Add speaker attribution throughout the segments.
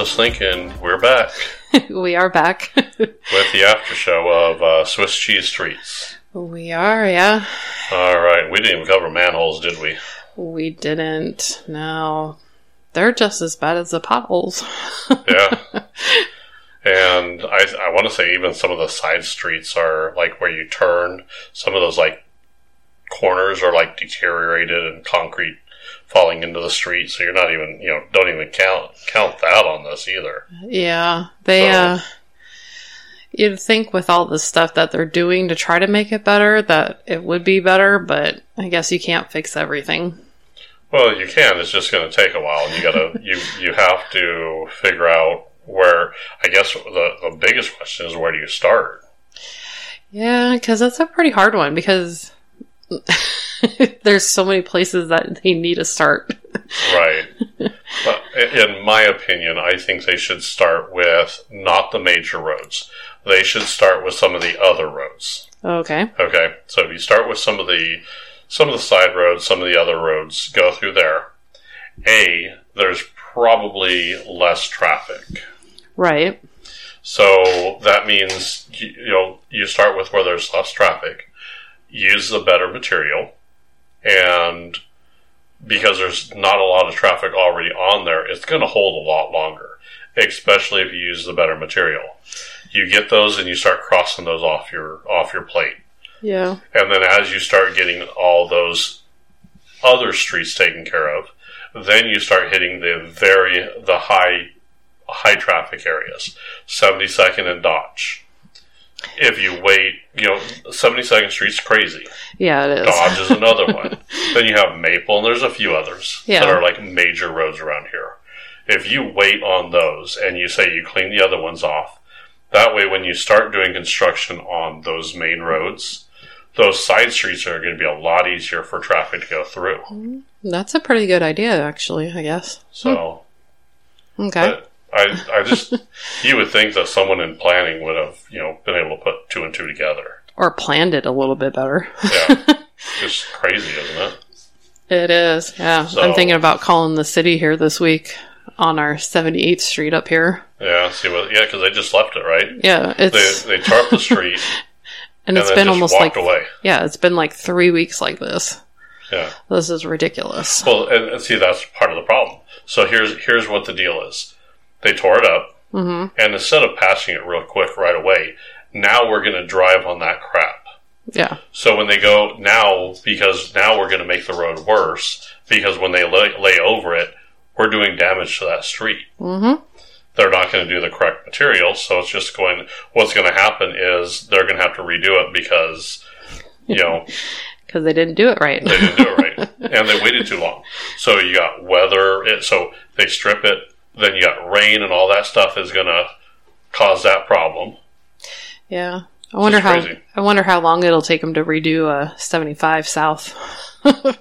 Speaker 1: uh, thinking we're back
Speaker 2: we are back.
Speaker 1: with the after show of uh, Swiss cheese treats.
Speaker 2: we are, yeah.
Speaker 1: All right, we didn't even cover manholes, did we?
Speaker 2: We didn't. No. They're just as bad as the potholes.
Speaker 1: Yeah. and I, I want to say even some of the side streets are like where you turn. Some of those like corners are like deteriorated and concrete falling into the street, so you're not even you know don't even count count that on this either.
Speaker 2: yeah. They,
Speaker 1: So-
Speaker 2: uh, you'd think with all the stuff that they're doing to try to make it better that it would be better, but I guess you can't fix everything.
Speaker 1: Well, you can. It's just going to take a while. You gotta you you have to figure out where. I guess the the biggest question is where do you start?
Speaker 2: Yeah, because that's a pretty hard one because there's so many places that they need to start.
Speaker 1: Right. but i- in my opinion, I think they should start with not the major roads. They should start with some of the other roads.
Speaker 2: Okay.
Speaker 1: Okay, so if you start with some of the some of the side roads, some of the other roads, go through there. A, there's probably less traffic.
Speaker 2: Right.
Speaker 1: So that means you, you know you start with where there's less traffic, use the better material, and because there's not a lot of traffic already on there, it's going to hold a lot longer, especially if you use the better material. You get those and you start crossing those off your off your plate.
Speaker 2: Yeah.
Speaker 1: And then as you start getting all those other streets taken care of, then you start hitting the very the high high traffic areas. 72nd and Dodge. If you wait, you know, 72nd Street's crazy.
Speaker 2: Yeah, it is.
Speaker 1: Dodge is another one. Then you have Maple, and there's a few others
Speaker 2: Yeah.
Speaker 1: that are like major roads around here. If you wait on those and you say you clean the other ones off, that way when you start doing construction on those main roads, those side streets are going to be a lot easier for traffic to go through.
Speaker 2: That's a pretty good idea, actually, I guess.
Speaker 1: So
Speaker 2: Okay.
Speaker 1: but I, I just, you would think that someone in planning would have, you know, been able to put two and two together.
Speaker 2: or planned it a little bit better.
Speaker 1: Yeah. just crazy, isn't it?
Speaker 2: It is. Yeah.
Speaker 1: So-
Speaker 2: I'm thinking about calling the city here this week on our 78th street up here.
Speaker 1: Yeah. See what, yeah, because they just left it, right?
Speaker 2: Yeah,
Speaker 1: They,
Speaker 2: it's
Speaker 1: they tarp the street
Speaker 2: and it's
Speaker 1: then
Speaker 2: been
Speaker 1: just
Speaker 2: almost like
Speaker 1: walked away.
Speaker 2: yeah, it's been like 3 weeks like this.
Speaker 1: Yeah.
Speaker 2: This is ridiculous.
Speaker 1: Well, and, and see, that's part of the problem. So here's here's what the deal is. They tore it up,
Speaker 2: Mhm.
Speaker 1: and instead of patching it real quick right away, now we're going to drive on that crap.
Speaker 2: Yeah.
Speaker 1: So when they go now, because now we're going to make the road worse, because when they lay, lay over it, we're doing damage to that street.
Speaker 2: Mhm.
Speaker 1: They're not going to do the correct material, so it's just going. What's going to happen is they're going to have to redo it because you know
Speaker 2: Cuz they didn't do it right.
Speaker 1: they didn't do it right, and they waited too long. So you got weather. It, so they strip it. Then you got rain and all that stuff is going to cause that problem.
Speaker 2: yeah. I wonder
Speaker 1: It's
Speaker 2: how
Speaker 1: crazy.
Speaker 2: I wonder how long it'll take them to redo uh 75 south.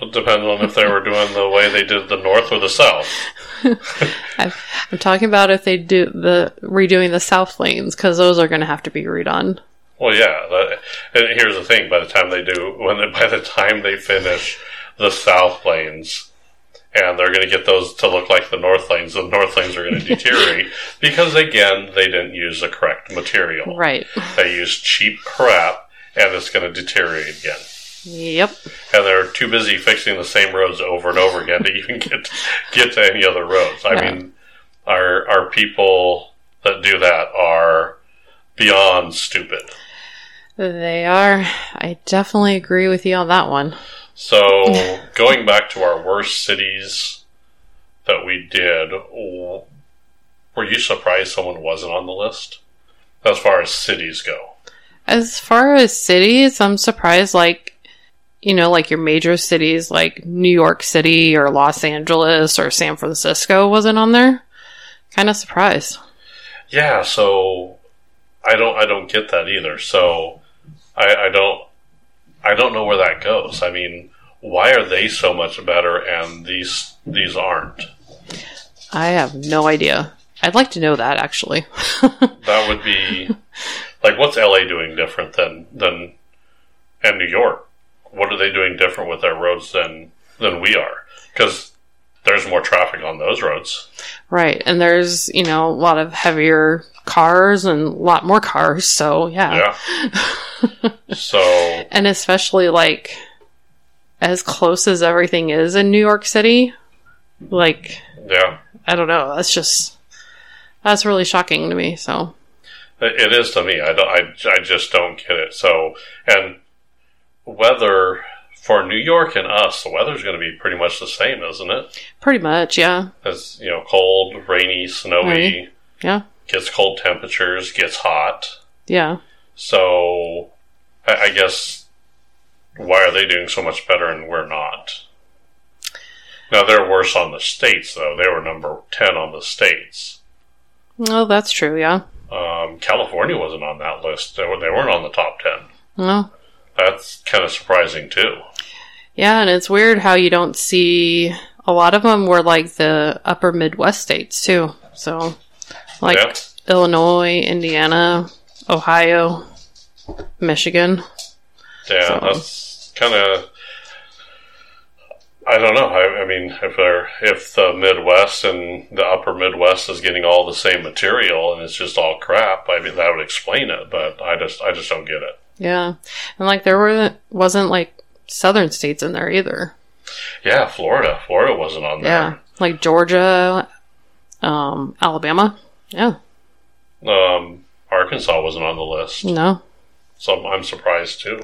Speaker 1: It depends on if they were doing the way they did the north or the south.
Speaker 2: I'm, I'm talking about if they do the redoing the south lanes cuz those are going to have to be redone.
Speaker 1: Well, yeah. That, and here's the thing: by the time they do, when they, by the time they finish the south lanes. And they're going to get those to look like the north lanes. The north lanes are going to deteriorate because, again, they didn't use the correct material.
Speaker 2: Right.
Speaker 1: They use cheap crap, and it's going to deteriorate again.
Speaker 2: Yep.
Speaker 1: And they're too busy fixing the same roads over and over again to even get get to any other roads. I
Speaker 2: No.
Speaker 1: mean, our our people that do that are beyond stupid.
Speaker 2: They are. I definitely agree with you on that one.
Speaker 1: So going back to our worst cities that we did, w- were you surprised someone wasn't on the list as far as cities go?
Speaker 2: As far as cities, I'm surprised, like, you know, like your major cities like New York City or Los Angeles or San Francisco wasn't on there. Kind of surprised.
Speaker 1: Yeah, so I don't I don't get that either. So I, I don't I don't know where that goes. I mean, why are they so much better and these these aren't?
Speaker 2: I have no idea. I'd like to know that actually.
Speaker 1: That would be like what's LA doing different than than and New York? What are they doing different with their roads than than we are? Because there's more traffic on those roads.
Speaker 2: Right. And there's, you know, a lot of heavier cars and a lot more cars. So, yeah.
Speaker 1: Yeah. so
Speaker 2: And especially like as close as everything is in New York City, like,
Speaker 1: yeah,
Speaker 2: I don't know. That's just, that's really shocking to me. So,
Speaker 1: it it is to me. I don't. I, I just don't get it. So and weather for New York and us, the weather's going to be pretty much the same, isn't it?
Speaker 2: pretty much, yeah.
Speaker 1: It's you know cold, rainy, snowy.
Speaker 2: Yeah.
Speaker 1: Gets cold temperatures. Gets hot.
Speaker 2: Yeah.
Speaker 1: So, I, I guess why are they doing so much better and we're not? Now they're worse on the states though. They were number ten on the states.
Speaker 2: Well, that's true. Yeah.
Speaker 1: Um, California wasn't on that list. They, were, they weren't on the top ten.
Speaker 2: Well,
Speaker 1: That's kind of surprising too.
Speaker 2: yeah. And it's weird how you don't see a lot of them were like the upper Midwest states too. So, like
Speaker 1: yeah,
Speaker 2: Illinois, Indiana, Ohio, Michigan.
Speaker 1: yeah,
Speaker 2: so-
Speaker 1: that's kind of. I don't know. I, I mean, if they're if the Midwest and the Upper Midwest is getting all the same material and it's just all crap, I mean that would explain it. But I just I just don't get it.
Speaker 2: Yeah. And like there were wasn't like southern states in there either.
Speaker 1: Yeah, Florida. Florida wasn't on
Speaker 2: Yeah.
Speaker 1: there.
Speaker 2: Like Georgia, um, Alabama. Yeah.
Speaker 1: Um, Arkansas wasn't on the list.
Speaker 2: No.
Speaker 1: So I'm, I'm surprised too.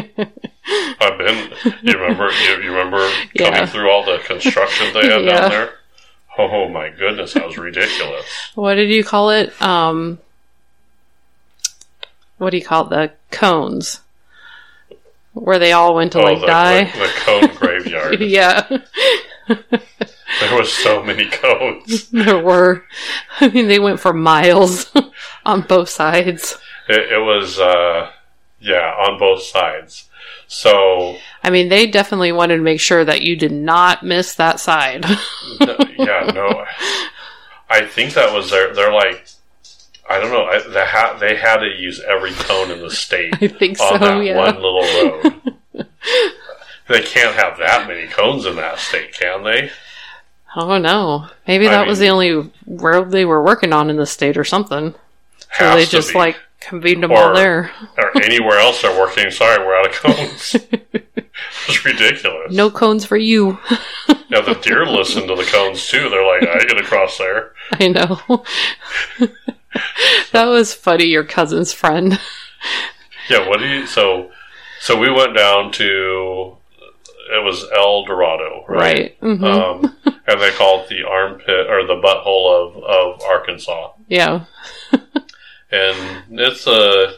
Speaker 1: I've been. You remember? You, you remember
Speaker 2: Yeah.
Speaker 1: coming through all the construction they had
Speaker 2: Yeah.
Speaker 1: down there? Oh my goodness, that was ridiculous.
Speaker 2: What did you call it? Um what do you call it? The cones. Where they all went to
Speaker 1: oh,
Speaker 2: like
Speaker 1: the,
Speaker 2: die.
Speaker 1: the, the cone graveyard.
Speaker 2: yeah.
Speaker 1: There was so many cones.
Speaker 2: There were I mean they went for miles on both sides.
Speaker 1: It, it was, uh, yeah, on both sides. So
Speaker 2: I mean, they definitely wanted to make sure that you did not miss that side.
Speaker 1: Th- yeah, no. I think that was their. They're like, I don't know. I, the ha- they had to use every cone in the state
Speaker 2: I think
Speaker 1: on
Speaker 2: so,
Speaker 1: that
Speaker 2: yeah.
Speaker 1: one little road. they can't have that many cones in that state, can they?
Speaker 2: Oh no. Maybe
Speaker 1: I
Speaker 2: that was
Speaker 1: mean-
Speaker 2: the only road they were working on in the state or something. So
Speaker 1: Has
Speaker 2: they
Speaker 1: to
Speaker 2: just
Speaker 1: be.
Speaker 2: like convened them
Speaker 1: Or-
Speaker 2: all there.
Speaker 1: or anywhere else they're working. Sorry, we're out of cones. it's ridiculous.
Speaker 2: No cones for you.
Speaker 1: Now the deer listen to the cones too. They're like, I get across there.
Speaker 2: I know. that was funny, your cousin's friend.
Speaker 1: Yeah, what do you? So, so we went down to. It was El Dorado, right?
Speaker 2: Right. hmm
Speaker 1: um, and they call it the armpit or the butthole of, of Arkansas.
Speaker 2: yeah.
Speaker 1: And it's a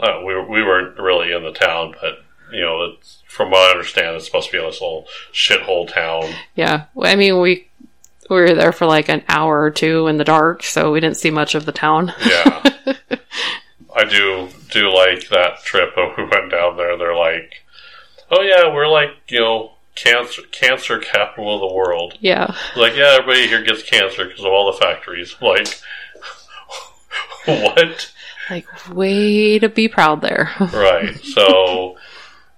Speaker 1: uh, we we weren't really in the town, but you know, it's, from what I understand, it's supposed to be this little shithole town.
Speaker 2: Yeah. Well, I mean, we we were there for like an hour or two in the dark, so we didn't see much of the town.
Speaker 1: Yeah, I do do like that trip when we went down there. They're like, oh yeah, we're like you know. Cancer, cancer capital of the world.
Speaker 2: Yeah.
Speaker 1: Like, yeah, everybody here gets cancer because of all the factories. Like, what?
Speaker 2: Like, way to be proud there.
Speaker 1: Right. So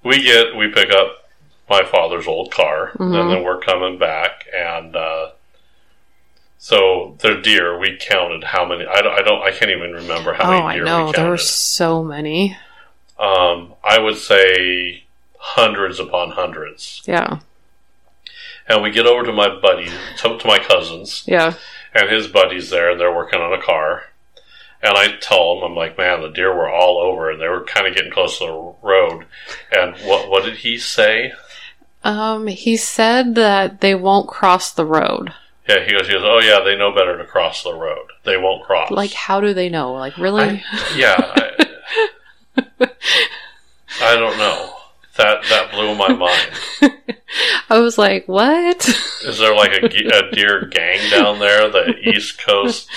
Speaker 1: we get we pick up my father's old car,
Speaker 2: Mhm.
Speaker 1: and then we're coming back, and uh, so they're deer. We counted how many. I don't. I, don't, I can't even remember how
Speaker 2: oh,
Speaker 1: many
Speaker 2: I
Speaker 1: deer
Speaker 2: know.
Speaker 1: we
Speaker 2: There were
Speaker 1: counted.
Speaker 2: so many.
Speaker 1: Um, I would say hundreds upon hundreds.
Speaker 2: Yeah.
Speaker 1: And we get over to my buddy, to, to my cousins,
Speaker 2: Yeah.
Speaker 1: and his buddies there, and they're working on a car. And I tell them, I'm like, man, the deer were all over, and they were kind of getting close to the road. And what what did he say?
Speaker 2: Um, he said that they won't cross the road.
Speaker 1: Yeah, he goes, he goes, oh yeah, they know better to cross the road. They won't cross.
Speaker 2: Like, how do they know? Like, really?
Speaker 1: I, yeah. I, I don't know. That that blew my mind.
Speaker 2: I, was like, what?
Speaker 1: Is there like a, ge- a deer gang down there? The East Coast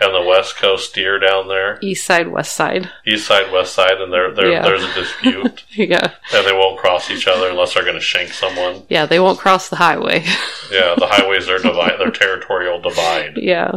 Speaker 1: and the West Coast deer down there,
Speaker 2: East side, west side.
Speaker 1: East Side, West Side, and there there
Speaker 2: Yeah.
Speaker 1: there's a dispute,
Speaker 2: Yeah.
Speaker 1: and they won't cross each other unless they're going to shank someone.
Speaker 2: Yeah, they won't cross the highway.
Speaker 1: Yeah, the highways are divide, their territorial divide.
Speaker 2: yeah.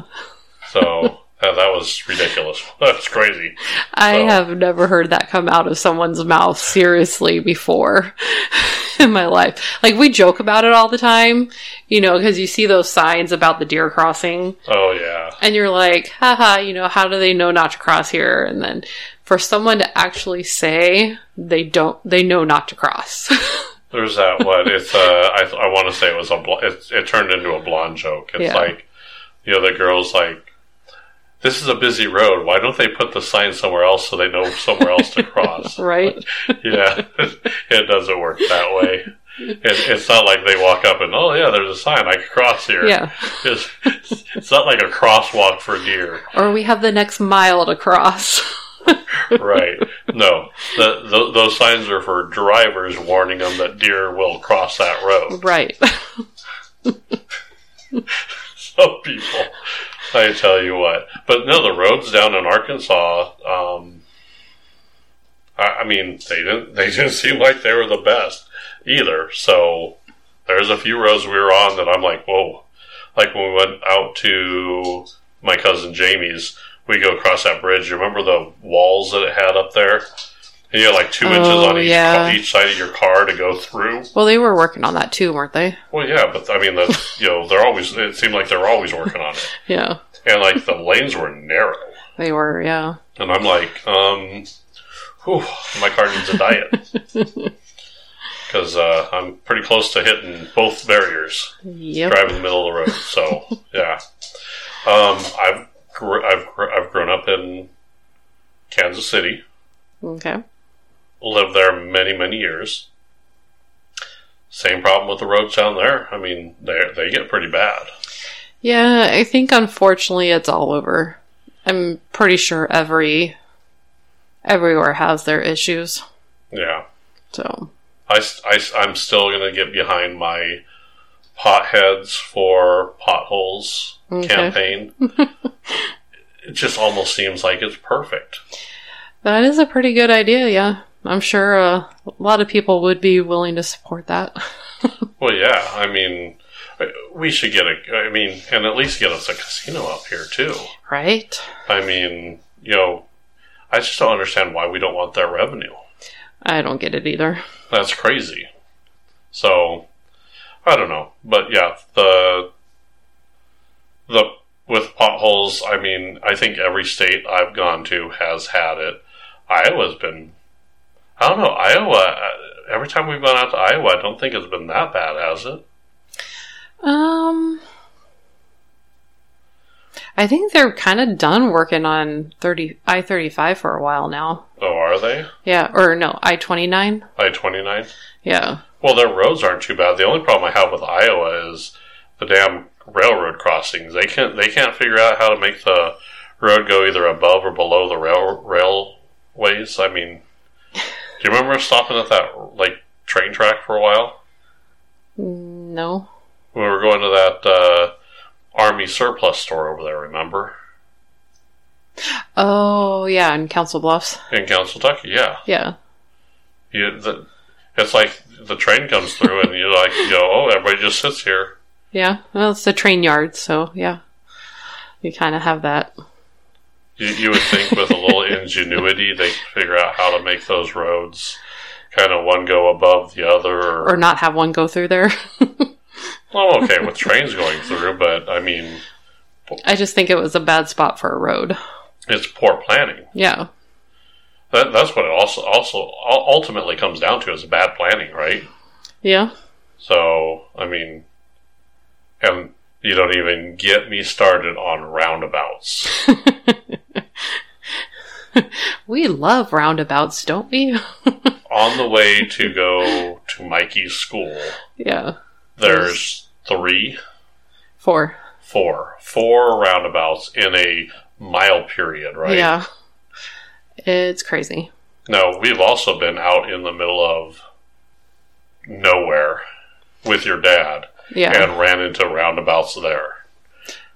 Speaker 1: So Uh, that was ridiculous. That's crazy.
Speaker 2: I
Speaker 1: So-
Speaker 2: have never heard that come out of someone's mouth seriously before in my life. Like we joke about it all the time, you know, because you see those signs about the deer crossing,
Speaker 1: Oh yeah,
Speaker 2: and you're like, haha, you know, how do they know not to cross here? And then for someone to actually say they don't, they know not to cross.
Speaker 1: there's that. What it's? Uh, I I want to say it was a. Bl- it, it turned into a blonde joke. It's
Speaker 2: Yeah.
Speaker 1: like, you know, the girls like, this is a busy road. Why don't they put the sign somewhere else so they know somewhere else to cross?
Speaker 2: right?
Speaker 1: yeah, it doesn't work that way. It, it's not like they walk up and oh yeah, there's a sign I can cross here.
Speaker 2: Yeah.
Speaker 1: It's, it's not like a crosswalk for deer,
Speaker 2: Or we have the next mile to cross.
Speaker 1: right? No, the, th those signs are for drivers warning them that deer will cross that road.
Speaker 2: right.
Speaker 1: Some people, I tell you what, but no, the roads down in Arkansas. Um, I, I mean, they didn't they didn't seem like they were the best either. So there's a few roads we were on that I'm like, whoa, like when we went out to my cousin Jamie's. We go across that bridge. You remember the walls that it had up there? And you had like two inches
Speaker 2: Oh,
Speaker 1: on each,
Speaker 2: yeah.
Speaker 1: each side of your car to go through.
Speaker 2: Well, they were working on that too, weren't they?
Speaker 1: Well, yeah, but I mean, that's, you know, they're always, it seemed like they're always working on it
Speaker 2: Yeah.
Speaker 1: and like the lanes were narrow.
Speaker 2: They were, yeah.
Speaker 1: And I'm like, um, whew, my car needs a diet because uh, I'm pretty close to hitting both barriers
Speaker 2: Yep.
Speaker 1: driving the middle of the road. So yeah, um, I've gr- I've gr- I've grown up in Kansas City,
Speaker 2: Okay.
Speaker 1: lived there many many years. Same problem with the roads down there. I mean, they they get pretty bad.
Speaker 2: Yeah, I think unfortunately it's all over. I'm pretty sure every everywhere has their issues.
Speaker 1: Yeah.
Speaker 2: So
Speaker 1: I, am still going to get behind my potheads for potholes
Speaker 2: Okay.
Speaker 1: campaign. it just almost seems like it's perfect.
Speaker 2: that is a pretty good idea. Yeah, I'm sure uh, a lot of people would be willing to support that.
Speaker 1: Well, yeah. I mean, we should get a. I mean, and at least get us a casino up here too.
Speaker 2: Right?
Speaker 1: I mean, you know, I just don't understand why we don't want their revenue.
Speaker 2: I don't get it either.
Speaker 1: That's crazy. So I don't know, but yeah, the the with potholes. I mean, I think every state I've gone to has had it. Iowa's been. I don't know Iowa. uh, Every time we've gone out to Iowa, I don't think it's been that bad, has it?
Speaker 2: Um, I think they're kind of done working on thirty I thirty five for a while now.
Speaker 1: Oh, are they?
Speaker 2: Yeah, or no I twenty nine.
Speaker 1: I twenty nine.
Speaker 2: Yeah.
Speaker 1: Well, their roads aren't too bad. The only problem I have with Iowa is the damn railroad crossings. They can't they can't figure out how to make the road go either above or below the rail railways. I mean, do you remember stopping at that like train track for a while?
Speaker 2: No.
Speaker 1: We were going to that uh, army surplus store over there. Remember
Speaker 2: Oh yeah, in Council Bluffs.
Speaker 1: in Council, Kentucky? Yeah,
Speaker 2: Yeah.
Speaker 1: you, the, it's like the train comes through and you're like, yo, oh, everybody just sits here.
Speaker 2: Yeah. Well, it's the train yard, so yeah. You kind of have that.
Speaker 1: You, you would think with a little ingenuity they could figure out how to make those roads kind of one go above the other.
Speaker 2: Or not have one go through there.
Speaker 1: Well, I'm okay with trains going through, but I mean,
Speaker 2: I just think it was a bad spot for a road.
Speaker 1: it's poor planning.
Speaker 2: Yeah.
Speaker 1: That, that's what it also also ul- ultimately comes down to is bad planning, right?
Speaker 2: Yeah.
Speaker 1: So I mean, and you don't even get me started on roundabouts.
Speaker 2: We love roundabouts, don't we?
Speaker 1: on the way to go to Mikey's school,
Speaker 2: yeah.
Speaker 1: there's three
Speaker 2: Four.
Speaker 1: four four roundabouts in a mile period right
Speaker 2: Yeah. It's crazy.
Speaker 1: now we've also been out in the middle of nowhere with your dad
Speaker 2: Yeah.
Speaker 1: and ran into roundabouts there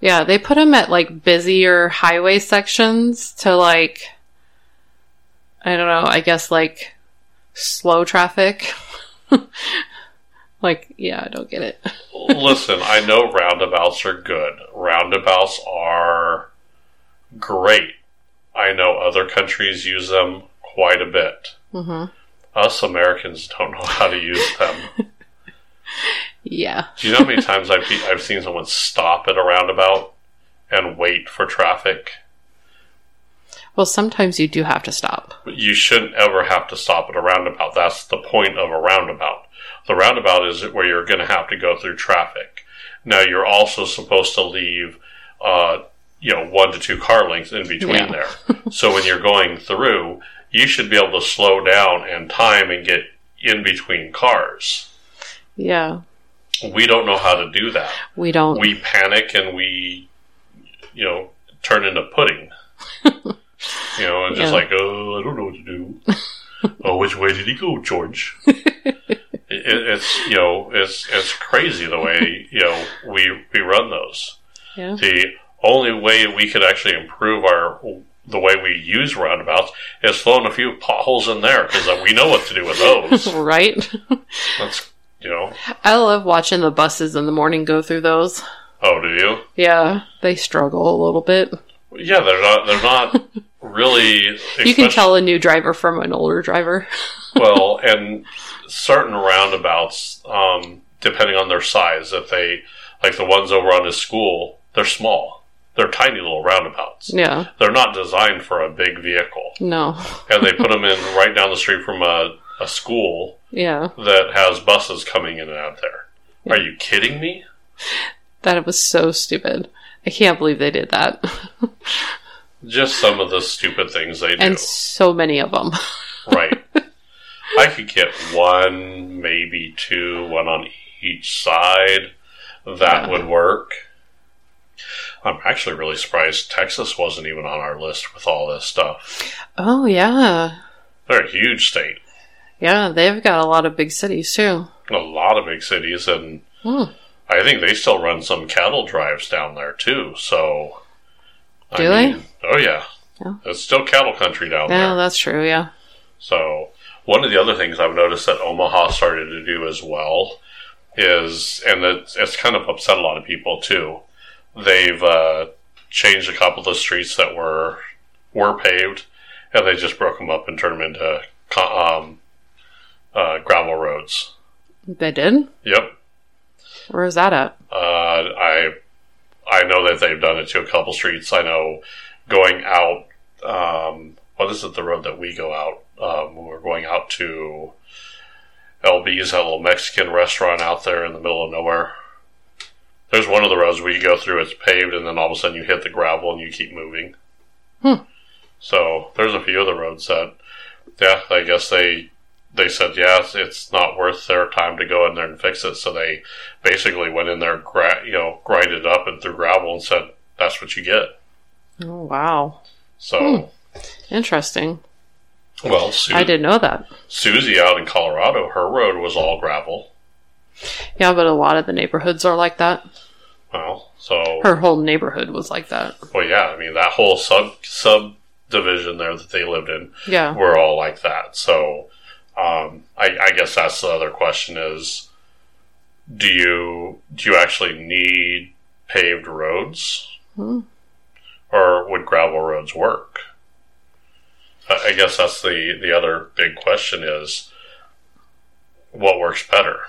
Speaker 2: Yeah, they put them at like busier highway sections to like, I don't know, I guess like slow traffic. like, yeah, I don't get it.
Speaker 1: listen i know roundabouts are good roundabouts are great. I know other countries use them quite a bit.
Speaker 2: Mm-hmm.
Speaker 1: Us Americans don't know how to use them.
Speaker 2: Yeah.
Speaker 1: Do you know how many times I've, pe- I've seen someone stop at a roundabout and wait for traffic?
Speaker 2: Well, sometimes you do have to stop.
Speaker 1: you shouldn't ever have to stop at a roundabout. That's the point of a roundabout. The roundabout is where you're going to have to go through traffic. Now you're also supposed to leave, uh, you know, one to two car lengths in between there. so when you're going through, you should be able to slow down and time and get in between cars.
Speaker 2: Yeah.
Speaker 1: We don't know how to do that.
Speaker 2: We don't.
Speaker 1: We panic and we, you know, turn into pudding. you know, and just
Speaker 2: Yeah.
Speaker 1: like, oh, I don't know what to do. oh, which way did he go, George? it, it's you know, it's it's crazy the way you know we we run those.
Speaker 2: yeah.
Speaker 1: The only way we could actually improve our the way we use roundabouts is throwing a few potholes in there because we know what to do with those.
Speaker 2: Right?
Speaker 1: That's you know.
Speaker 2: I love watching the buses in the morning go through those.
Speaker 1: Oh, do you?
Speaker 2: Yeah. They struggle a little bit.
Speaker 1: Yeah, they're not. They're not really.
Speaker 2: You can
Speaker 1: especially-
Speaker 2: tell a new driver from an older driver.
Speaker 1: well, and certain roundabouts, um, depending on their size, if they like the ones over on his school, they're small. They're tiny little roundabouts.
Speaker 2: Yeah.
Speaker 1: They're not designed for a big vehicle,
Speaker 2: No.
Speaker 1: and they put them in right down the street from a, a school
Speaker 2: Yeah.
Speaker 1: that has buses coming in and out there. Are you kidding me?
Speaker 2: That was so stupid. I can't believe they did that.
Speaker 1: Just some of the stupid things they do.
Speaker 2: And so many of them.
Speaker 1: right. I could get one, maybe two, one on each side. That
Speaker 2: Yeah.
Speaker 1: would work. I'm actually really surprised Texas wasn't even on our list with all this stuff.
Speaker 2: Oh, yeah.
Speaker 1: They're a huge state,
Speaker 2: Yeah, they've got a lot of big cities too.
Speaker 1: a lot of big cities, and
Speaker 2: Hmm.
Speaker 1: I think they still run some cattle drives down there too. So,
Speaker 2: Do they?
Speaker 1: Oh yeah,
Speaker 2: Yeah.
Speaker 1: it's still cattle country down there.
Speaker 2: Yeah, that's true. Yeah.
Speaker 1: So one of the other things I've noticed that Omaha started to do as well is, and it's, it's kind of upset a lot of people too. They've uh, changed a couple of the streets that were were paved, and they just broke them up and turned them into co- um, uh, gravel roads.
Speaker 2: They did?
Speaker 1: Yep,
Speaker 2: Where is that at?
Speaker 1: uh, I I know that they've done it to a couple streets. I know going out. Um, what is it? The road that we go out. Um, when we're going out to LB's, that little Mexican restaurant out there in the middle of nowhere. There's one of the roads where you go through, it's paved, and then all of a sudden you hit the gravel and you keep moving.
Speaker 2: Hmm.
Speaker 1: So there's a few of the roads that, yeah, I guess they they said yeah, it's- it's not worth their time to go in there and fix it, so they basically went in there, gra- you know, grinded it up and threw gravel and said, "That's what you get."
Speaker 2: Oh, wow.
Speaker 1: So,
Speaker 2: Interesting.
Speaker 1: well, Su-
Speaker 2: Hmm. I didn't know that.
Speaker 1: Susie out in Colorado, her road was all gravel.
Speaker 2: Yeah, but a lot of the neighborhoods are like that.
Speaker 1: Well, so
Speaker 2: Her whole neighborhood was like that.
Speaker 1: well, yeah, I mean that whole sub subdivision there that they lived in
Speaker 2: Yeah.
Speaker 1: were all like that. So, um, I, I guess that's the other question: is do you do you actually need paved roads?
Speaker 2: Hmm.
Speaker 1: or would gravel roads work? I I guess that's the, the other big question is what works better.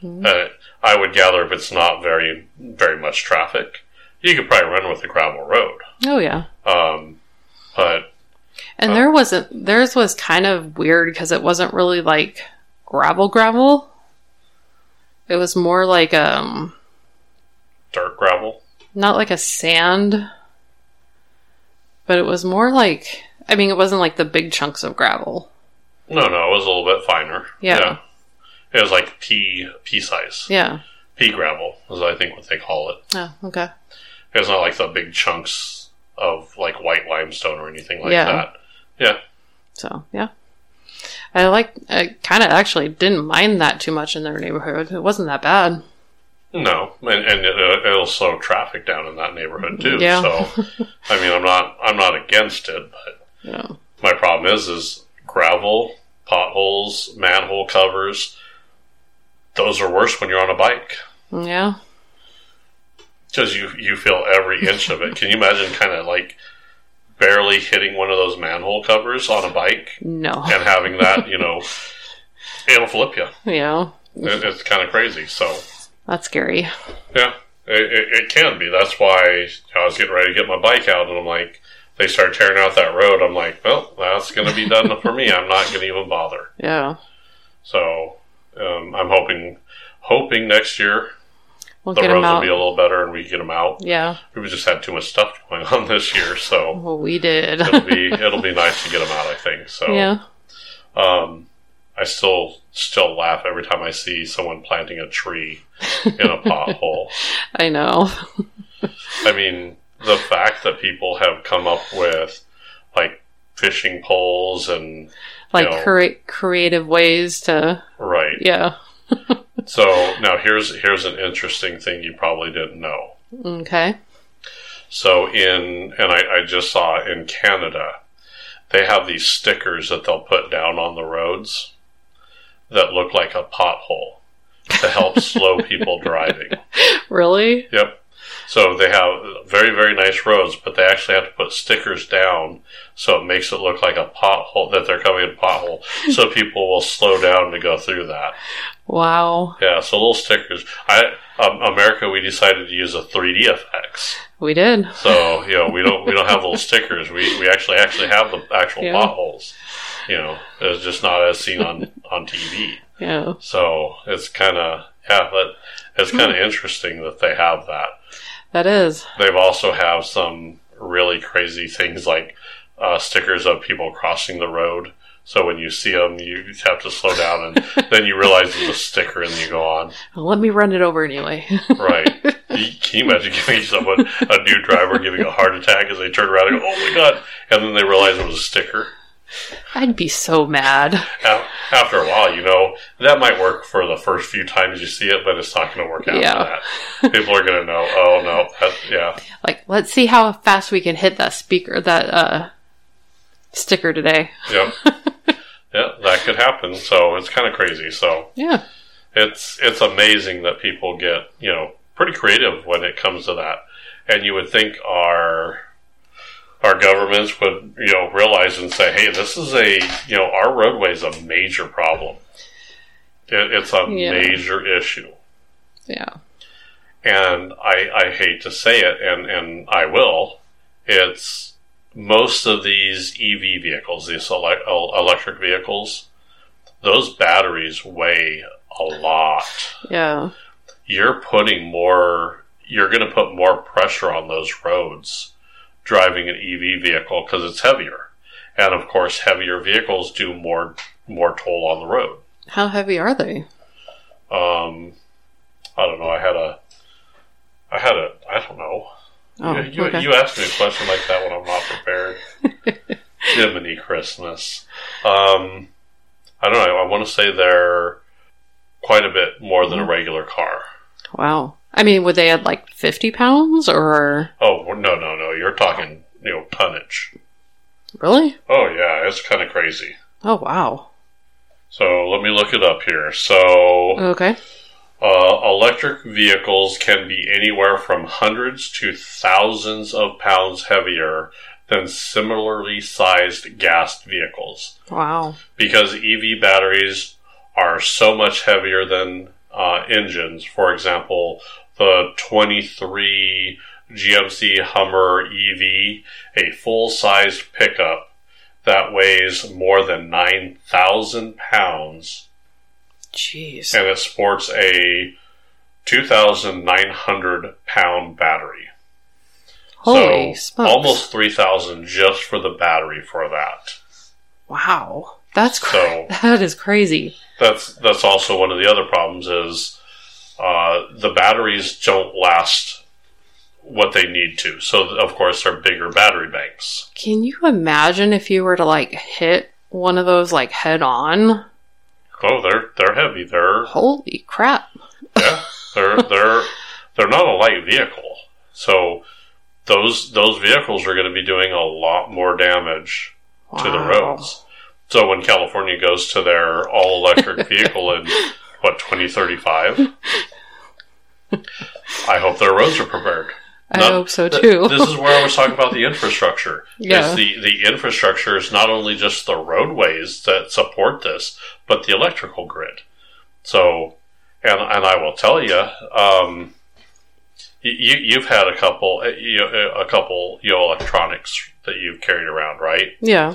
Speaker 2: Hmm.
Speaker 1: Uh, I would gather if it's not very very much traffic, you could probably run with a gravel road.
Speaker 2: Oh, yeah.
Speaker 1: Um, but
Speaker 2: And
Speaker 1: Oh.
Speaker 2: there wasn't, theirs was kind of weird because it wasn't really like gravel gravel. It was more like, um,
Speaker 1: dirt gravel,
Speaker 2: not like a sand, but it was more like, I mean, it wasn't like the big chunks of gravel.
Speaker 1: no, no, it was a little bit finer.
Speaker 2: Yeah.
Speaker 1: it was like pea pea size
Speaker 2: Yeah.
Speaker 1: pea gravel is I think what they call it.
Speaker 2: Oh, okay.
Speaker 1: It's not like the big chunks of like white limestone or anything like
Speaker 2: Yeah.
Speaker 1: that. Yeah,
Speaker 2: So, yeah. I like, I kind of actually didn't mind that too much in their neighborhood. It wasn't that bad.
Speaker 1: No, and, and it, uh, it'll slow traffic down in that neighborhood too.
Speaker 2: Yeah.
Speaker 1: So, I mean, I'm not I'm not against it, but
Speaker 2: Yeah.
Speaker 1: my problem is is gravel, potholes, manhole covers. Those are worse when you're on a bike.
Speaker 2: Yeah.
Speaker 1: because you you feel every inch of it. Can you imagine kind of like barely hitting one of those manhole covers on a bike
Speaker 2: No.
Speaker 1: and having that? You know, it'll flip you.
Speaker 2: Yeah.
Speaker 1: It, it's kind of crazy. So
Speaker 2: That's scary.
Speaker 1: yeah, it, it, it can be. That's why I was getting ready to get my bike out, and I'm like, they start tearing out that road. I'm like, well, that's going to be done for me. I'm not going to even bother.
Speaker 2: Yeah.
Speaker 1: So um, I'm hoping hoping next year
Speaker 2: We'll
Speaker 1: the
Speaker 2: get
Speaker 1: roads
Speaker 2: him
Speaker 1: will
Speaker 2: out.
Speaker 1: be a little better and we get them out.
Speaker 2: yeah.
Speaker 1: We just had too much stuff going on this year, so
Speaker 2: Well, we did.
Speaker 1: it'll be it'll be nice to get them out. I think so.
Speaker 2: yeah.
Speaker 1: Um, I still still laugh every time I see someone planting a tree in a pothole.
Speaker 2: I know.
Speaker 1: I mean, the fact that people have come up with like fishing poles and
Speaker 2: Like
Speaker 1: know.
Speaker 2: cre- creative ways to.
Speaker 1: right.
Speaker 2: Yeah.
Speaker 1: So now here's here's an interesting thing you probably didn't know.
Speaker 2: Okay.
Speaker 1: So in and I, I just saw in Canada, they have these stickers that they'll put down on the roads that look like a pothole to help slow people driving.
Speaker 2: Really?
Speaker 1: Yep. So they have very very nice roads, but they actually have to put stickers down so it makes it look like a pothole that they're coming in a pothole, so people will slow down to go through that.
Speaker 2: Wow.
Speaker 1: Yeah. So little stickers. I um, America, we decided to use a 3D effects.
Speaker 2: We did.
Speaker 1: So you know, we don't we don't have little stickers. We we actually actually have the actual
Speaker 2: Yeah.
Speaker 1: potholes. You know, it's just not as seen on on TV.
Speaker 2: Yeah.
Speaker 1: So it's kind of yeah, but it's kind of interesting that they have that.
Speaker 2: That is.
Speaker 1: They've also have some really crazy things like uh, stickers of people crossing the road. So when you see them, you have to slow down, and then you realize it's a sticker, and you go on.
Speaker 2: Well, let me run it over anyway.
Speaker 1: Right. You- Can you imagine giving someone, a new driver, giving a heart attack as they turn around and go, oh my God. And then they realize it was a sticker.
Speaker 2: I'd be so mad.
Speaker 1: A- After a while, you know, that might work for the first few times you see it, but it's not going to work after
Speaker 2: Yeah.
Speaker 1: that. People are going to know, oh no, that, yeah,
Speaker 2: Like, let's see how fast we can hit that speaker, that uh, sticker today.
Speaker 1: yep. Yeah, that could happen. So it's kind of crazy. So
Speaker 2: Yeah.
Speaker 1: it's it's amazing that people get you know pretty creative when it comes to that and you would think our our governments would you know realize and say hey this is a you know our roadway is a major problem it, it's a
Speaker 2: Yeah.
Speaker 1: major issue
Speaker 2: Yeah.
Speaker 1: and I, I hate to say it, and, and I will, it's most of these EV vehicles, these ele- el- electric vehicles, those batteries weigh a lot.
Speaker 2: Yeah.
Speaker 1: You're putting more, you're going to put more pressure on those roads driving an EV vehicle because it's heavier. And of course, heavier vehicles do more more toll on the road.
Speaker 2: How heavy are they?
Speaker 1: Um, I don't know. I had a, I had a, I don't know.
Speaker 2: Oh,
Speaker 1: you, you,
Speaker 2: okay.
Speaker 1: you asked me a question like that when I'm not prepared. Jiminy Christmas. Um, I don't know. I want to say they're quite a bit more
Speaker 2: Mm-hmm.
Speaker 1: than a regular car.
Speaker 2: wow. I mean, would they add like 50 pounds or
Speaker 1: Oh well, no, no, no! You're talking you know tonnage.
Speaker 2: really?
Speaker 1: Oh yeah, it's kind of crazy.
Speaker 2: Oh, wow.
Speaker 1: So let me look it up here. So
Speaker 2: Okay.
Speaker 1: uh, electric vehicles can be anywhere from hundreds to thousands of pounds heavier than similarly sized gas vehicles.
Speaker 2: Wow.
Speaker 1: because EV batteries are so much heavier than uh, engines. For example, the 23 GMC Hummer EV, a full sized pickup that weighs more than 9,000 pounds
Speaker 2: Jeez.
Speaker 1: and it sports a 2,900 pound battery.
Speaker 2: Holy
Speaker 1: so
Speaker 2: smokes.
Speaker 1: almost 3,000 just for the battery for that.
Speaker 2: Wow. That's cra-
Speaker 1: So-
Speaker 2: that is crazy.
Speaker 1: that's that's also one of the other problems is uh, the batteries don't last what they need to. So of course they're bigger battery banks.
Speaker 2: Can you imagine if you were to like hit one of those like head on?
Speaker 1: Oh, they're they're heavy. They're
Speaker 2: Holy crap.
Speaker 1: yeah, they're they're they're not a light vehicle. So those those vehicles are going to be doing a lot more damage
Speaker 2: Wow.
Speaker 1: to the roads. So when California goes to their all electric vehicle in what 2035, I hope their roads are prepared.
Speaker 2: I
Speaker 1: Not-
Speaker 2: hope so
Speaker 1: th-
Speaker 2: too.
Speaker 1: this is where I was talking about the infrastructure.
Speaker 2: Yeah.
Speaker 1: Is the, the infrastructure is not only just the roadways that support this, but the electrical grid. So, and and I will tell you, um, you you- you've had a couple uh, you know, a couple you know, electronics that you've carried around, right?
Speaker 2: yeah.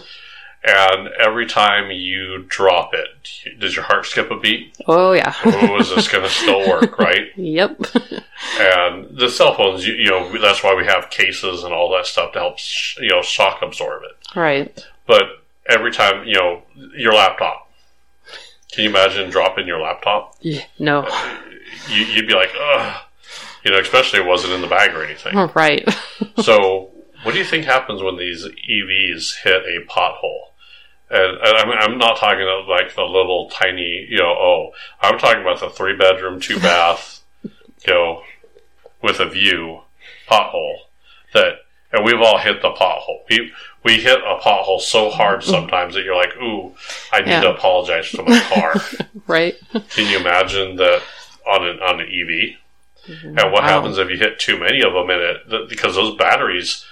Speaker 1: And every time you drop it, does your heart skip a beat?
Speaker 2: Oh yeah.
Speaker 1: Oh, is this going to still work? Right?
Speaker 2: Yep.
Speaker 1: and the cell phones you, you know that's why we have cases and all that stuff to help sh- you know shock absorb it
Speaker 2: right.
Speaker 1: but every time you know your laptop can you imagine dropping your laptop
Speaker 2: Yeah, no.
Speaker 1: you, you'd be like ugh you know especially it wasn't in the bag or
Speaker 2: Hmm.
Speaker 1: anything
Speaker 2: Right.
Speaker 1: so what do you think happens when these evs hit a pothole and, and I'm, I'm not talking about like the little tiny you know oh i'm talking about the three bedroom two bath you know with a view pothole that and we've all hit the pothole we we hit a pothole so hard sometimes that you're like ooh i need
Speaker 2: Yeah.
Speaker 1: to apologize to my car
Speaker 2: Right.
Speaker 1: can you imagine that on an on an E ev and what
Speaker 2: Wow.
Speaker 1: happens if you hit too many of them in it? Th- because those batteries,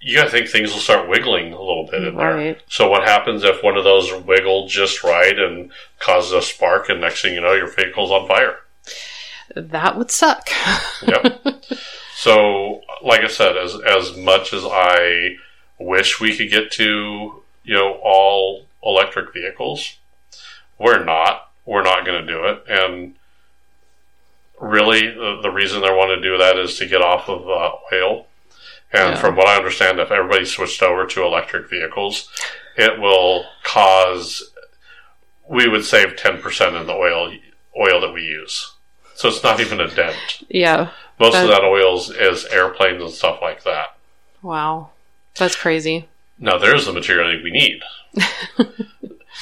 Speaker 1: you gotta think things will start wiggling a little bit in there.
Speaker 2: Right.
Speaker 1: So what happens if one of those wiggled just right and causes a spark, and next thing you know, your vehicle's on fire?
Speaker 2: That would suck.
Speaker 1: Yep. so, like I said, as as much as I wish we could get to you know all electric vehicles, we're not. We're not going to do it, and really, the, the reason they want to do that is to get off of uh, oil. And
Speaker 2: Yeah.
Speaker 1: from what I understand, if everybody switched over to electric vehicles, it will cause we would save ten percent in the oil oil that we use. So it's not even a dent.
Speaker 2: Yeah.
Speaker 1: Most of
Speaker 2: That-
Speaker 1: that oil is, is airplanes and stuff like that.
Speaker 2: Wow. That's crazy.
Speaker 1: Now there's the material that we need.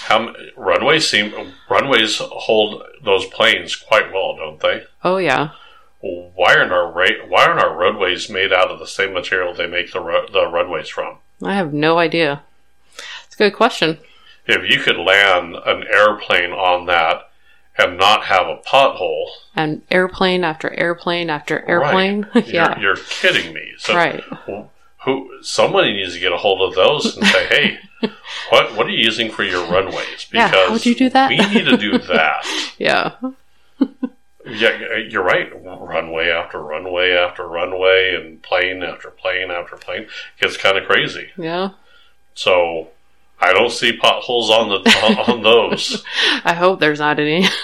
Speaker 1: How m- runways seem runways hold those planes quite well, don't they?
Speaker 2: Oh yeah.
Speaker 1: Why aren't our ra- why aren't our roadways made out of the same material they make the ro- the runways from?
Speaker 2: I have no idea. It's a good question.
Speaker 1: If you could land an airplane on that and not have a pothole,
Speaker 2: And airplane after airplane after airplane. yeah.
Speaker 1: you're, you're kidding me. So
Speaker 2: Right.
Speaker 1: who somebody needs to get a hold of those and say, "Hey, what what are you using for your runways?"
Speaker 2: Yeah, how would you do that?
Speaker 1: we need to do that.
Speaker 2: Yeah.
Speaker 1: Yeah, you're right. Runway after runway after runway, and plane after plane after plane It gets kind of crazy.
Speaker 2: Yeah.
Speaker 1: So I don't see potholes on the on those.
Speaker 2: I hope there's not any.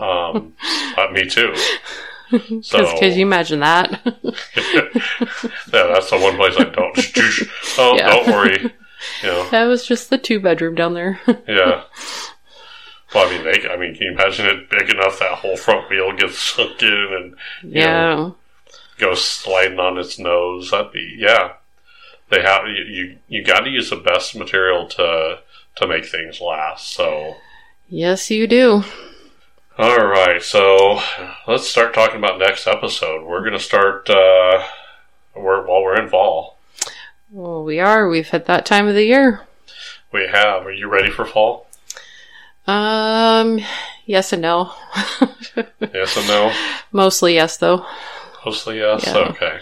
Speaker 1: Um, but me too. So
Speaker 2: Because could you imagine that?
Speaker 1: yeah, that's the one place I don't. Oh,
Speaker 2: Yeah.
Speaker 1: don't worry. You know,
Speaker 2: that was just the two bedroom down there.
Speaker 1: Yeah. Well, I mean, they, I mean, can you imagine it big enough that whole front wheel gets sucked in and
Speaker 2: yeah.
Speaker 1: goes sliding on its nose? That'd be yeah. They have you you, you got to use the best material to to make things last. So
Speaker 2: Yes, you do.
Speaker 1: all right, so let's start talking about next episode. We're gonna start uh, we're, while we're in fall.
Speaker 2: Well, we are. We've hit that time of the year.
Speaker 1: We have. Are you ready for fall?
Speaker 2: Um, yes and no.
Speaker 1: Yes and no.
Speaker 2: Mostly yes, though.
Speaker 1: Mostly yes.
Speaker 2: Yeah.
Speaker 1: Okay.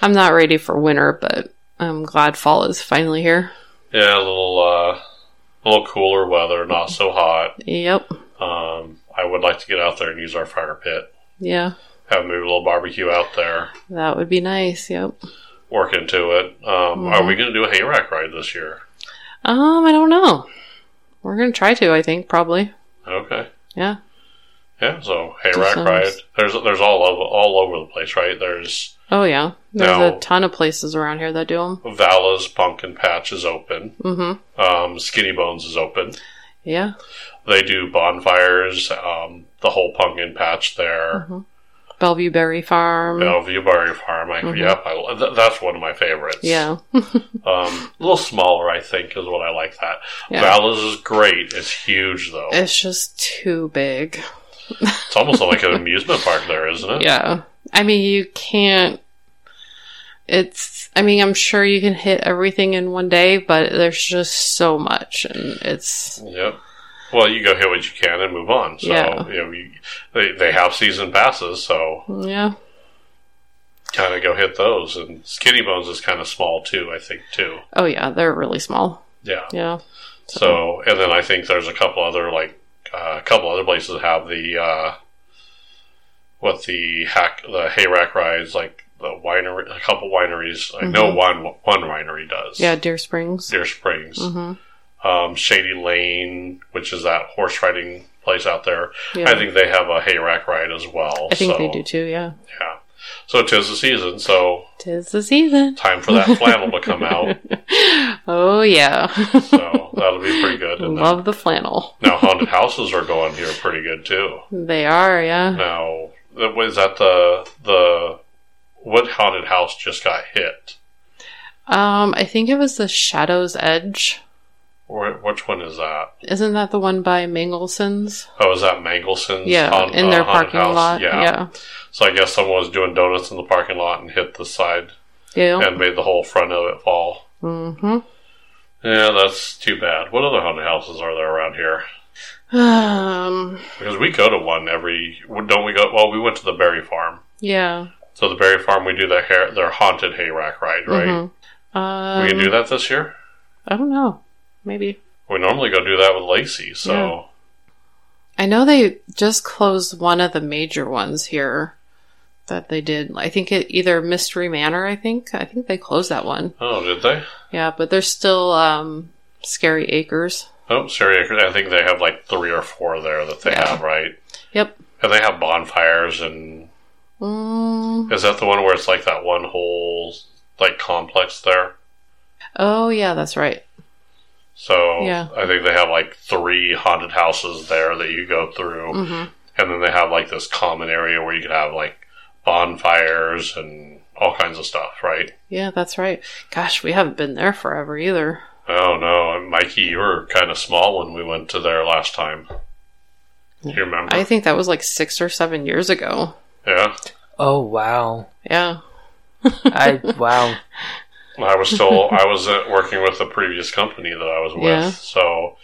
Speaker 2: I'm not ready for winter, but I'm glad fall is finally here.
Speaker 1: Yeah, a little uh, a little cooler weather, not so hot.
Speaker 2: Yep.
Speaker 1: Um, I would like to get out there and use our fire pit.
Speaker 2: Yeah.
Speaker 1: Have maybe a little barbecue out there.
Speaker 2: That would be nice. Yep.
Speaker 1: Work into it. Um,
Speaker 2: Mm-hmm.
Speaker 1: Are we going to do a hay rack ride this year?
Speaker 2: Um, I don't know. We're going to try to, I think, probably.
Speaker 1: Okay.
Speaker 2: Yeah.
Speaker 1: Yeah. So hay
Speaker 2: That
Speaker 1: rack
Speaker 2: sounds-
Speaker 1: ride. There's there's all over all over the place, right? There's
Speaker 2: Oh, yeah. There's
Speaker 1: No.
Speaker 2: a ton of places around here that do them.
Speaker 1: Vala's Pumpkin Patch is open.
Speaker 2: Mm hmm.
Speaker 1: Um, Skinny Bones is open.
Speaker 2: Yeah.
Speaker 1: They do bonfires. Um, the whole pumpkin patch there.
Speaker 2: Bellevue Berry Farm.
Speaker 1: Bellevue Berry Farm. I,
Speaker 2: Mhm.
Speaker 1: Yep. I, lo- th- that's one of my favorites.
Speaker 2: Yeah.
Speaker 1: Um, a little smaller, I think, is what I like that.
Speaker 2: Yeah.
Speaker 1: Vala's is great. It's huge, though.
Speaker 2: It's just too big.
Speaker 1: It's almost like an amusement park there, isn't it?
Speaker 2: Yeah. I mean, you can't. It's. I mean, I'm sure you can hit everything in one day, but there's just so much, and it's.
Speaker 1: Yep. Well, you go hit what you can and move on. So
Speaker 2: Yeah.
Speaker 1: you know you, they they have season passes, so
Speaker 2: Yeah.
Speaker 1: kind of go hit those. And Skinny Bones is kind of small too, I think too.
Speaker 2: Oh yeah, they're really small.
Speaker 1: Yeah.
Speaker 2: Yeah.
Speaker 1: So and then I think there's a couple other like uh, a couple other places that have the uh, what the hack the hay rack rides like the winery a couple wineries I know
Speaker 2: Mhm.
Speaker 1: one one winery does
Speaker 2: Yeah, Deer Springs.
Speaker 1: Deer Springs
Speaker 2: hmm
Speaker 1: um, Shady Lane which is that horse riding place out there
Speaker 2: Yeah.
Speaker 1: I think they have a hay rack ride as well
Speaker 2: I think
Speaker 1: so,
Speaker 2: they do too, yeah.
Speaker 1: yeah so tis the season so
Speaker 2: Tis the season.
Speaker 1: time for that flannel to come out
Speaker 2: oh yeah.
Speaker 1: so that'll be pretty good and then,
Speaker 2: Love the flannel.
Speaker 1: now haunted houses are going here pretty good too.
Speaker 2: They are, yeah.
Speaker 1: Now, that- was that the the what haunted house just got hit?
Speaker 2: Um, I think it was the Shadow's Edge.
Speaker 1: Or which one is that?
Speaker 2: Isn't that the one by Mangelson's?
Speaker 1: Oh, is that Mangelson's?
Speaker 2: Yeah,
Speaker 1: haunt-
Speaker 2: in
Speaker 1: uh,
Speaker 2: their
Speaker 1: haunted
Speaker 2: parking
Speaker 1: house?
Speaker 2: lot.
Speaker 1: Yeah.
Speaker 2: Yeah.
Speaker 1: So I guess someone was doing donuts in the parking lot and hit the side
Speaker 2: Yeah.
Speaker 1: and made the whole front of it fall.
Speaker 2: Mm-hmm.
Speaker 1: Yeah, that's too bad. What other haunted houses are there around here?
Speaker 2: Um,
Speaker 1: Because we go to one every. Don't we go? Well, we went to the Berry Farm.
Speaker 2: yeah.
Speaker 1: So the Berry Farm, we do their hair, their haunted hay rack ride, right?
Speaker 2: mhm. Um,
Speaker 1: We can do that this year.
Speaker 2: I don't know. Maybe.
Speaker 1: We normally go do that with Lacey. So.
Speaker 2: Yeah. I know they just closed one of the major ones here that they did. I think it either Mystery Manor, I think. I think they closed that one.
Speaker 1: Oh, did they?
Speaker 2: Yeah, but there's still um Scary Acres.
Speaker 1: Oh, Surrey Acres. I think they have like three or four there that they
Speaker 2: Yeah.
Speaker 1: have, right?
Speaker 2: Yep.
Speaker 1: And they have bonfires, and
Speaker 2: Mm.
Speaker 1: is that the one where it's like that one whole like complex there?
Speaker 2: Oh yeah, that's right.
Speaker 1: So
Speaker 2: Yeah.
Speaker 1: I think they have like three haunted houses there that you go through,
Speaker 2: hmm
Speaker 1: and then they have like this common area where you could have like bonfires and all kinds of stuff, right?
Speaker 2: Yeah, that's right. Gosh, we haven't been there forever either.
Speaker 1: Oh no, Mikey, you were kind of small when we went to there last time. Do you remember?
Speaker 2: I think that was like six or seven years ago.
Speaker 1: yeah,
Speaker 3: Oh wow!
Speaker 2: Yeah.
Speaker 3: I wow.
Speaker 1: I was still I was uh, working with the previous company that I was with,
Speaker 2: Yeah.
Speaker 1: so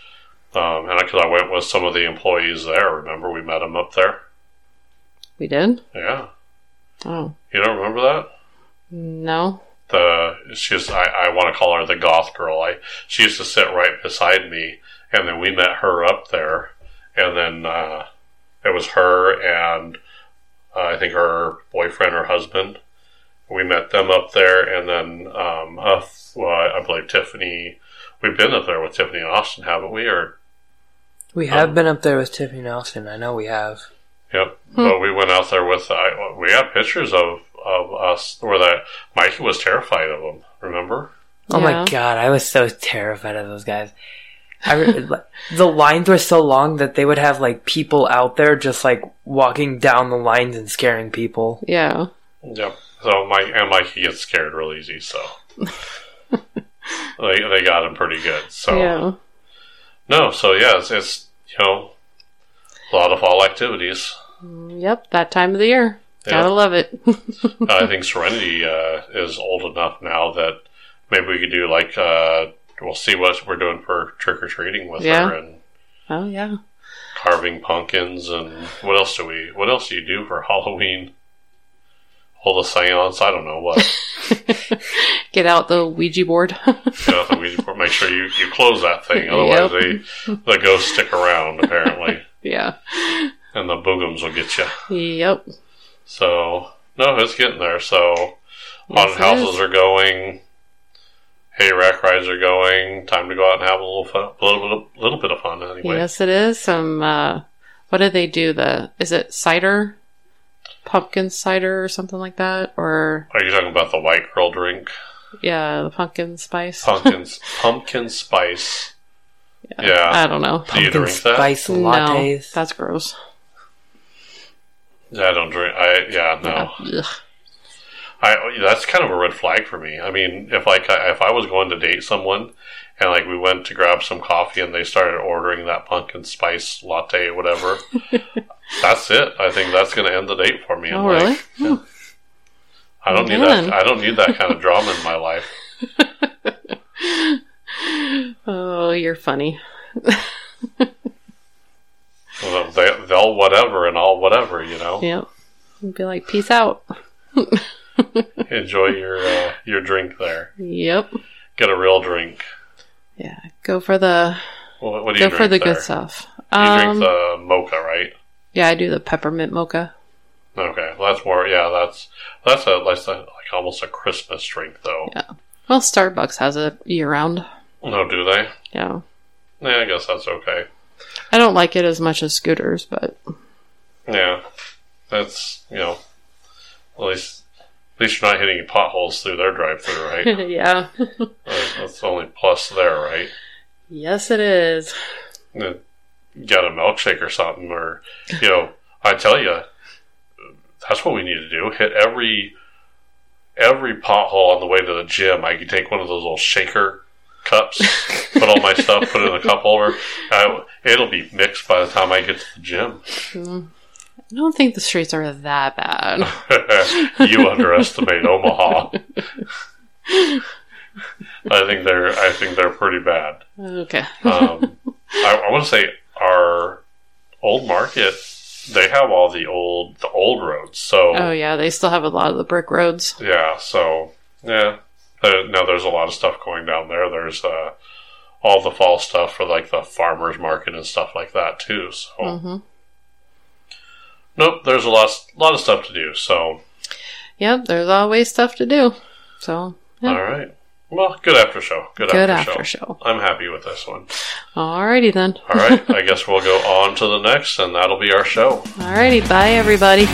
Speaker 1: um, and because I went with some of the employees there. Remember, we met them up there.
Speaker 2: We did?
Speaker 1: Yeah,
Speaker 2: Oh.
Speaker 1: you don't remember that?
Speaker 2: No.
Speaker 1: The she's I, I want to call her the goth girl. I she used to sit right beside me, and then we met her up there, and then uh, it was her and uh, I think her boyfriend or husband. We met them up there, and then um, uh, f- well, I believe Tiffany. We've been up there with Tiffany and Austin, haven't we? Or
Speaker 3: We have
Speaker 1: Um,
Speaker 3: been up there with Tiffany Nelson. I know we have.
Speaker 1: yep,
Speaker 2: Hmm.
Speaker 1: but we went out there with. I, we have pictures of of us where that Mikey was terrified of him. Remember?
Speaker 3: Oh
Speaker 2: Yeah.
Speaker 3: my god, I was so terrified of those guys. I re- like, the lines were so long that they would have like people out there just like walking down the lines and scaring people.
Speaker 2: Yeah.
Speaker 1: Yep. So Mike and Mikey gets scared real easy, so they they got him pretty good. So
Speaker 2: Yeah.
Speaker 1: no, so yeah, it's, it's you know a lot of fall activities.
Speaker 2: Mm, Yep, that time of the year.
Speaker 1: Yeah.
Speaker 2: Gotta love it. Oh.
Speaker 1: I think Serenity uh, is old enough now that maybe we could do like uh, we'll see what we're doing for trick or treating with
Speaker 2: Yeah.
Speaker 1: her and
Speaker 2: oh yeah.
Speaker 1: carving pumpkins and what else do we what else do you do for Halloween? All the seance, I don't know what.
Speaker 2: Get out the Ouija board.
Speaker 1: You know, the Ouija board, make sure you, you close that thing, otherwise they the ghosts stick around apparently,
Speaker 2: yeah.
Speaker 1: and the boogums will get you.
Speaker 2: Yep.
Speaker 1: So no, it's getting there. So
Speaker 2: Yes,
Speaker 1: Haunted
Speaker 2: it
Speaker 1: houses
Speaker 2: is.
Speaker 1: are going. Hay rack rides are going. Time to go out and have a little fun, a little bit, of, little bit of fun anyway.
Speaker 2: Yes, it is. Some uh what do they do? The is it cider? Pumpkin cider or something like that? Or
Speaker 1: Are you talking about the white girl drink?
Speaker 2: yeah, the pumpkin spice.
Speaker 1: Pumpkins, pumpkin spice. Yeah.
Speaker 2: I don't know.
Speaker 1: Do you
Speaker 3: Pumpkin
Speaker 1: drink that?
Speaker 3: spice
Speaker 2: No,
Speaker 3: lattes.
Speaker 2: that's gross.
Speaker 1: I don't drink. I yeah no.
Speaker 2: Yeah. Ugh.
Speaker 1: I that's kind of a red flag for me. I mean, if like I, if I was going to date someone, and like we went to grab some coffee and they started ordering that pumpkin spice latte, whatever, that's it. I think that's going to end the date for me. I'm
Speaker 2: Oh
Speaker 1: like,
Speaker 2: really?
Speaker 1: I don't need
Speaker 2: Man.
Speaker 1: that. I don't need that kind of drama in my life.
Speaker 2: Oh, you're funny.
Speaker 1: they, they'll whatever and I'll whatever, you know.
Speaker 2: Yep. I'd be like, peace out.
Speaker 1: Enjoy your uh, your drink there.
Speaker 2: Yep.
Speaker 1: Get a real drink.
Speaker 2: Yeah. Go for the
Speaker 1: What, what do you
Speaker 2: go
Speaker 1: drink
Speaker 2: for the
Speaker 1: there?
Speaker 2: good stuff.
Speaker 1: You
Speaker 2: Um,
Speaker 1: drink the mocha, right?
Speaker 2: yeah, I do the peppermint mocha.
Speaker 1: Okay, well, that's more. Yeah, that's that's a that's a, like almost a Christmas drink though.
Speaker 2: Well, Starbucks has it year round.
Speaker 1: No, do they?
Speaker 2: Yeah.
Speaker 1: Yeah, I guess that's okay.
Speaker 2: I don't like it as much as scooters, but
Speaker 1: Yeah, that's you know, at least at least you're not hitting potholes through their drive-through, right?
Speaker 2: yeah.
Speaker 1: That's- that's the only plus there, right?
Speaker 2: Yes, it is.
Speaker 1: Uh, Get a milkshake or something, or you know, I tell you, that's what we need to do. Hit every every pothole on the way to the gym. I could take one of those little shaker cups, put all my stuff, put it in a cup holder. I, it'll be mixed by the time I get to the gym.
Speaker 2: Mm. I don't think the streets are that bad.
Speaker 1: you underestimate Omaha. I think they're I think they're pretty bad.
Speaker 2: Okay.
Speaker 1: Um, I, I want to say our old market. They have all the old the old roads. So
Speaker 2: Oh yeah, they still have a lot of the brick roads.
Speaker 1: yeah, so yeah. There, now there's a lot of stuff going down there. There's uh, all the fall stuff for like the farmers market and stuff like that too. So
Speaker 2: hmm
Speaker 1: nope, there's a lot lot of stuff to do. So
Speaker 2: Yep, there's always stuff to do. So Yeah.
Speaker 1: all right, well, good after show. Good,
Speaker 2: good
Speaker 1: after,
Speaker 2: after
Speaker 1: show.
Speaker 2: show.
Speaker 1: I'm happy with this one.
Speaker 2: Alrighty then.
Speaker 1: All right, I guess we'll go on to the next, and that'll be our show.
Speaker 2: Alrighty, bye everybody.